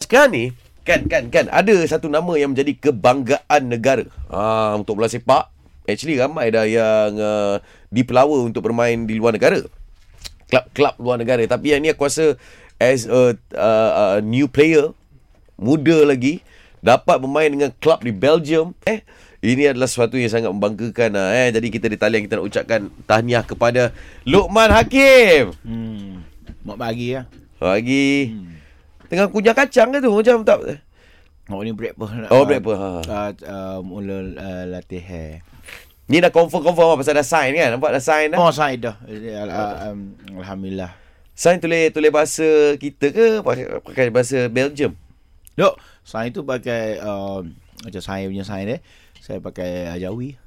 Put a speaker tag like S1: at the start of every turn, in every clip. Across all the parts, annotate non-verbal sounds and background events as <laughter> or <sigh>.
S1: sekarang ni kan kan kan ada satu nama yang menjadi kebanggaan negara. Ah untuk bola sepak actually ramai dah yang uh, dipelawa untuk bermain di luar negara. Klub-klub luar negara tapi yang ni aku rasa as a, uh, a new player muda lagi dapat bermain dengan klub di Belgium eh ini adalah sesuatu yang sangat membanggakan lah, eh jadi kita di talian kita nak ucapkan tahniah kepada Lukman Hakim
S2: Hmm. Mak bagi lah.
S1: lagi hmm. tengah kunyah kacang ke tu macam tak
S2: Mak ni break pun.
S1: Oh, break pun, ha.
S2: Uh, uh, mula uh, latih hair.
S1: Ni dah confirm-confirm lah pasal dah sign kan. Nampak dah sign dah. Oh.
S2: Oh, saya dah. Eh, al- al- um, Alhamdulillah.
S1: Sign tulis tulis bahasa kita ke pakai, pakai bahasa Belgium?
S2: Dok, saya tu pakai um, macam saya punya saya eh. Saya pakai uh, Jawi.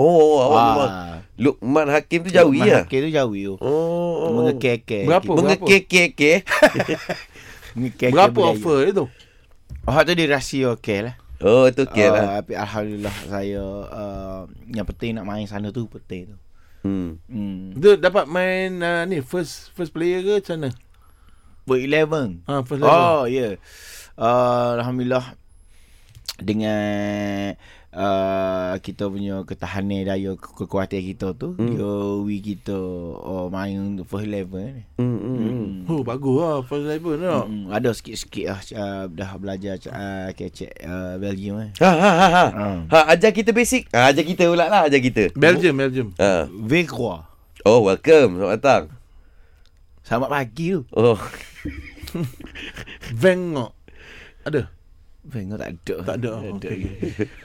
S1: Oh, awak
S2: Ah.
S1: memang Lukman Hakim tu Jawi lah.
S2: Mengekek tu Jawi tu.
S1: Oh. oh.
S2: Mengekek.
S3: Berapa?
S1: <laughs> Mengekek-kek.
S2: Mengekek.
S3: Berapa
S2: budaya.
S3: offer dia tu?
S2: Oh, tu dia rahsia okey lah.
S1: oh, tu okey
S2: Ah,
S1: lah.
S2: Tapi Alhamdulillah saya uh, yang penting nak main sana tu penting tu.
S1: Hmm.
S2: Hmm.
S3: Dia dapat main uh, ni first first player ke macam mana?
S2: Ber 11.
S3: Ah, first level.
S2: Oh, ya. Yeah. Uh, Alhamdulillah dengan uh, kita punya ketahanan daya ke- kekuatan kita tu, hmm. dia we kita uh, main first level ni.
S1: Hmm, hmm, hmm.
S3: Oh, bagus lah first level tu. Hmm.
S2: Hmm, ada sikit-sikit lah uh, dah belajar uh, kecek uh, Belgium eh.
S1: Ha, ha, ha, ha.
S2: Ah.
S1: Ha, ajar kita basic. Ha, ajar kita pula lah, ajar kita.
S3: Belgium, Belgium.
S1: Ha.
S2: Vekwa.
S1: Oh, welcome. Selamat datang.
S2: Selamat pagi tu.
S1: Oh.
S3: Vengok. Ada?
S2: Vekwa tak ada.
S3: Tak ada. Okey.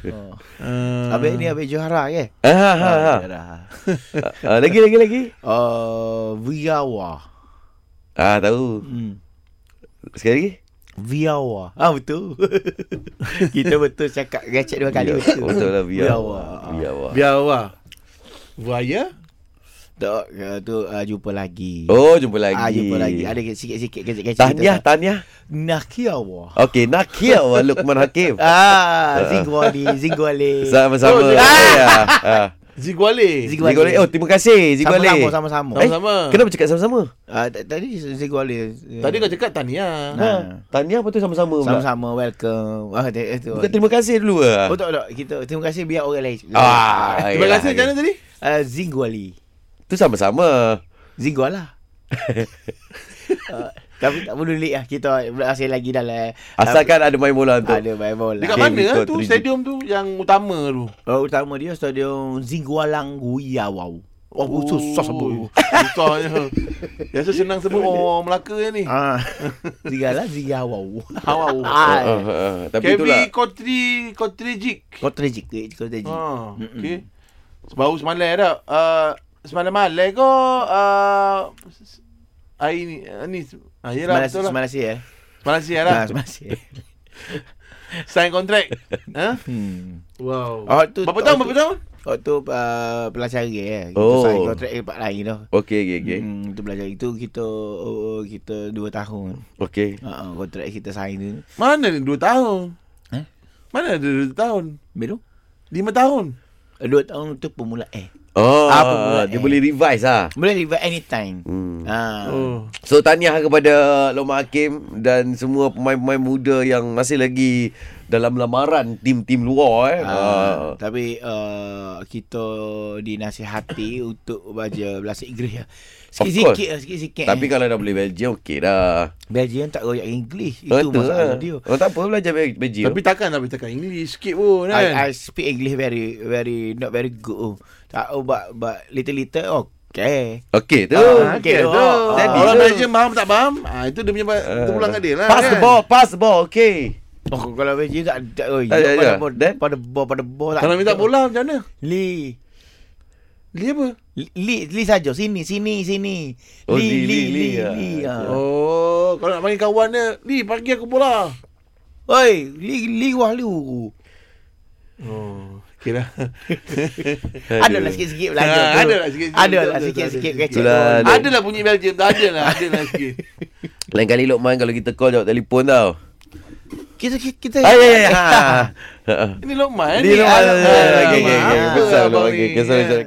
S2: Oh.
S3: Uh,
S2: Abang ni ya? Abang Johara ke?
S1: Ha, ha, ha.
S2: ah.
S1: ha.
S2: Johara.
S1: ha lagi, lagi, lagi.
S2: Uh, Viawa.
S1: Ah, tahu.
S2: Hmm.
S1: Sekali lagi.
S2: Viawa. Ah betul. <laughs> Kita betul cakap gacet dua kali
S1: Biar-
S2: betul.
S1: Betul lah, biar.
S2: Viawa.
S1: Biar. awak.
S3: Biar awak. Buaya?
S2: Tak uh, tu uh, jumpa lagi.
S1: Oh, jumpa lagi.
S2: Ah jumpa lagi. Ada sikit-sikit gacet-gacet.
S1: Tahniah, tahniah.
S2: Nakiawa.
S1: Okey, Nakia wa Lukman
S2: <laughs>
S1: Hakim.
S2: Ah,
S1: <laughs>
S2: Zingwali, Zingwali.
S1: Sama-sama.
S3: Oh,
S1: Oh,
S3: dia-
S2: <laughs>
S1: ah. ah.
S3: Ziguale.
S2: Zig-
S1: Zigole. Oh, terima kasih Zigole.
S2: Sama-sama, sama-sama.
S1: Eh,
S3: Sama-sama.
S1: kenapa cakap sama-sama?
S2: Ah, t- tadi Zingwali.
S3: Tadi kau cakap Tania.
S2: Nah.
S1: Ha. Tahniah apa tu sama-sama pula?
S2: sama-sama welcome. Ah, t- eh, tu.
S1: Bukan terima kasih dulu ke?
S2: Oh tak tak kita terima kasih biar orang lain.
S1: Ah,
S3: Terima
S1: yelah,
S3: kasih macam mana tadi?
S2: Uh, Zingwali.
S1: Tu sama-sama.
S2: Zingwal lah.
S1: <laughs>
S2: uh, tapi tak perlu leak lah. Kita berhasil lagi lah, eh. dalam.
S1: Asalkan ada main bola
S2: uh,
S1: tu.
S2: ada main bola.
S3: Dekat
S1: Okay,
S3: mana
S1: we
S3: ah,
S1: got
S3: tu
S1: three G.
S3: stadium tu yang utama tu?
S2: Uh, utama dia stadium Zingwalang Guyawau. Oh, oh. susah sebut.
S3: Susahnya. Biasa senang sebut orang Melaka ni. <laughs>
S2: Ah, Zingala Zingawau.
S3: Hawau. eh.
S1: Ah,
S2: eh.
S1: ah, ah. Tapi itulah.
S3: Kevin Kotri Kotrejik.
S2: Kau tragik ke? Kau tragik.
S3: Ha, okey. Baru semalam dah. Uh, semalam malam ke uh, hari ni ah, ni ah,
S2: Semalas
S3: yalah betul lah.
S2: semalas ya.
S3: Semalam siang lah.
S2: Nah, semalas ya.
S3: Sign contract. ha?
S2: Hmm.
S3: Wow.
S2: Oh, tu-
S3: berapa
S2: tu-
S3: tahun
S2: tu-
S3: berapa tahun?
S2: Oh tu uh, pelajar ya. Kita
S1: Oh.
S2: sign kontrak tempat lain tu.
S1: Okey, okey, okey.
S2: Hmm, tu belajar itu kita oh, oh, kita 2 tahun.
S1: Okey.
S2: Ha uh, kontrak kita sign tu.
S3: Mana ni 2 tahun?
S2: Eh?
S3: Mana ada 2 tahun?
S2: Belum
S3: 5 tahun.
S2: 2 Eh, tahun tu permulaan.
S1: Oh,
S2: Apa pula,
S1: dia
S2: eh?
S1: boleh revise ah.
S2: Boleh revert anytime.
S1: Hmm.
S2: Ha.
S3: Oh.
S1: So tahniah kepada Loma Hakim dan semua pemain-pemain muda yang masih lagi dalam lamaran tim-tim luar eh.
S2: Ha,
S1: Ah.
S2: tapi uh, kita dinasihati untuk baca bahasa Inggeris lah.
S1: Of
S2: Sikit-sikit
S1: course.
S2: lah, sikit-sikit.
S1: Tapi kan-
S2: eh.
S1: kalau dah boleh Belgium okey dah.
S2: Belgium tak royak English. Itu
S1: Betul
S2: masalah
S1: lah.
S2: dia.
S1: Oh, tak apa belajar Bel- Belgium.
S3: Tapi takkan nak cakap English sikit pun
S2: I, I
S3: kan.
S2: speak English very very not very good. Tak oh, but but little little okay.
S1: okey
S3: Ya,
S1: tu.
S2: Ah, okay,
S3: Okay, tu.
S2: tu.
S1: Jadi
S3: Orang
S1: tu.
S3: Malaysia faham tak faham? Ah itu dia punya uh, pulang kat dia lah.
S1: pass the
S3: kan?
S1: ball, pass the ball. Okey.
S2: Oh, kalau Belgium tak tak oh,
S1: Tak, tak,
S2: pada
S1: tak.
S2: bol
S1: Then?
S2: pada bol pada bol tak.
S3: Kalau minta bola macam mana?
S2: Li
S3: Dia apa?
S2: Li Li saja sini sini sini.
S1: Oh, Li,
S2: Li Li
S1: Li,
S2: Li
S1: Li,
S2: Li.
S1: ah.
S2: ah.
S3: Oh, kalau nak panggil kawan dia, ni pagi aku bola.
S2: Oi, Li Li wah Li uru.
S3: Oh,
S1: <laughs>
S3: kira.
S2: Adalah lah sikit-sikit belajar
S3: Ah,
S2: tu.
S3: adalah sikit-sikit.
S2: Adalah
S3: Betul, betul,
S2: lah sikit-sikit
S3: betul,
S2: kecil.
S1: Itulah.
S2: tu.
S1: Ada.
S3: Adalah bunyi Belgium, tak adalah, adalah sikit.
S1: Lain kali Lokman kalau kita call jawab telefon tau.
S2: Ah, Kita kita- kita
S1: Ay ay <laughs> ay. ha.
S3: Ini Lokman
S1: Ni Lokman. Ya,
S3: Alamak,
S1: Okey okey okey.
S3: apa
S1: Kesal
S3: abang
S1: Lokman.
S3: Ah, ni,
S1: Kesal
S3: kan?
S1: kesal.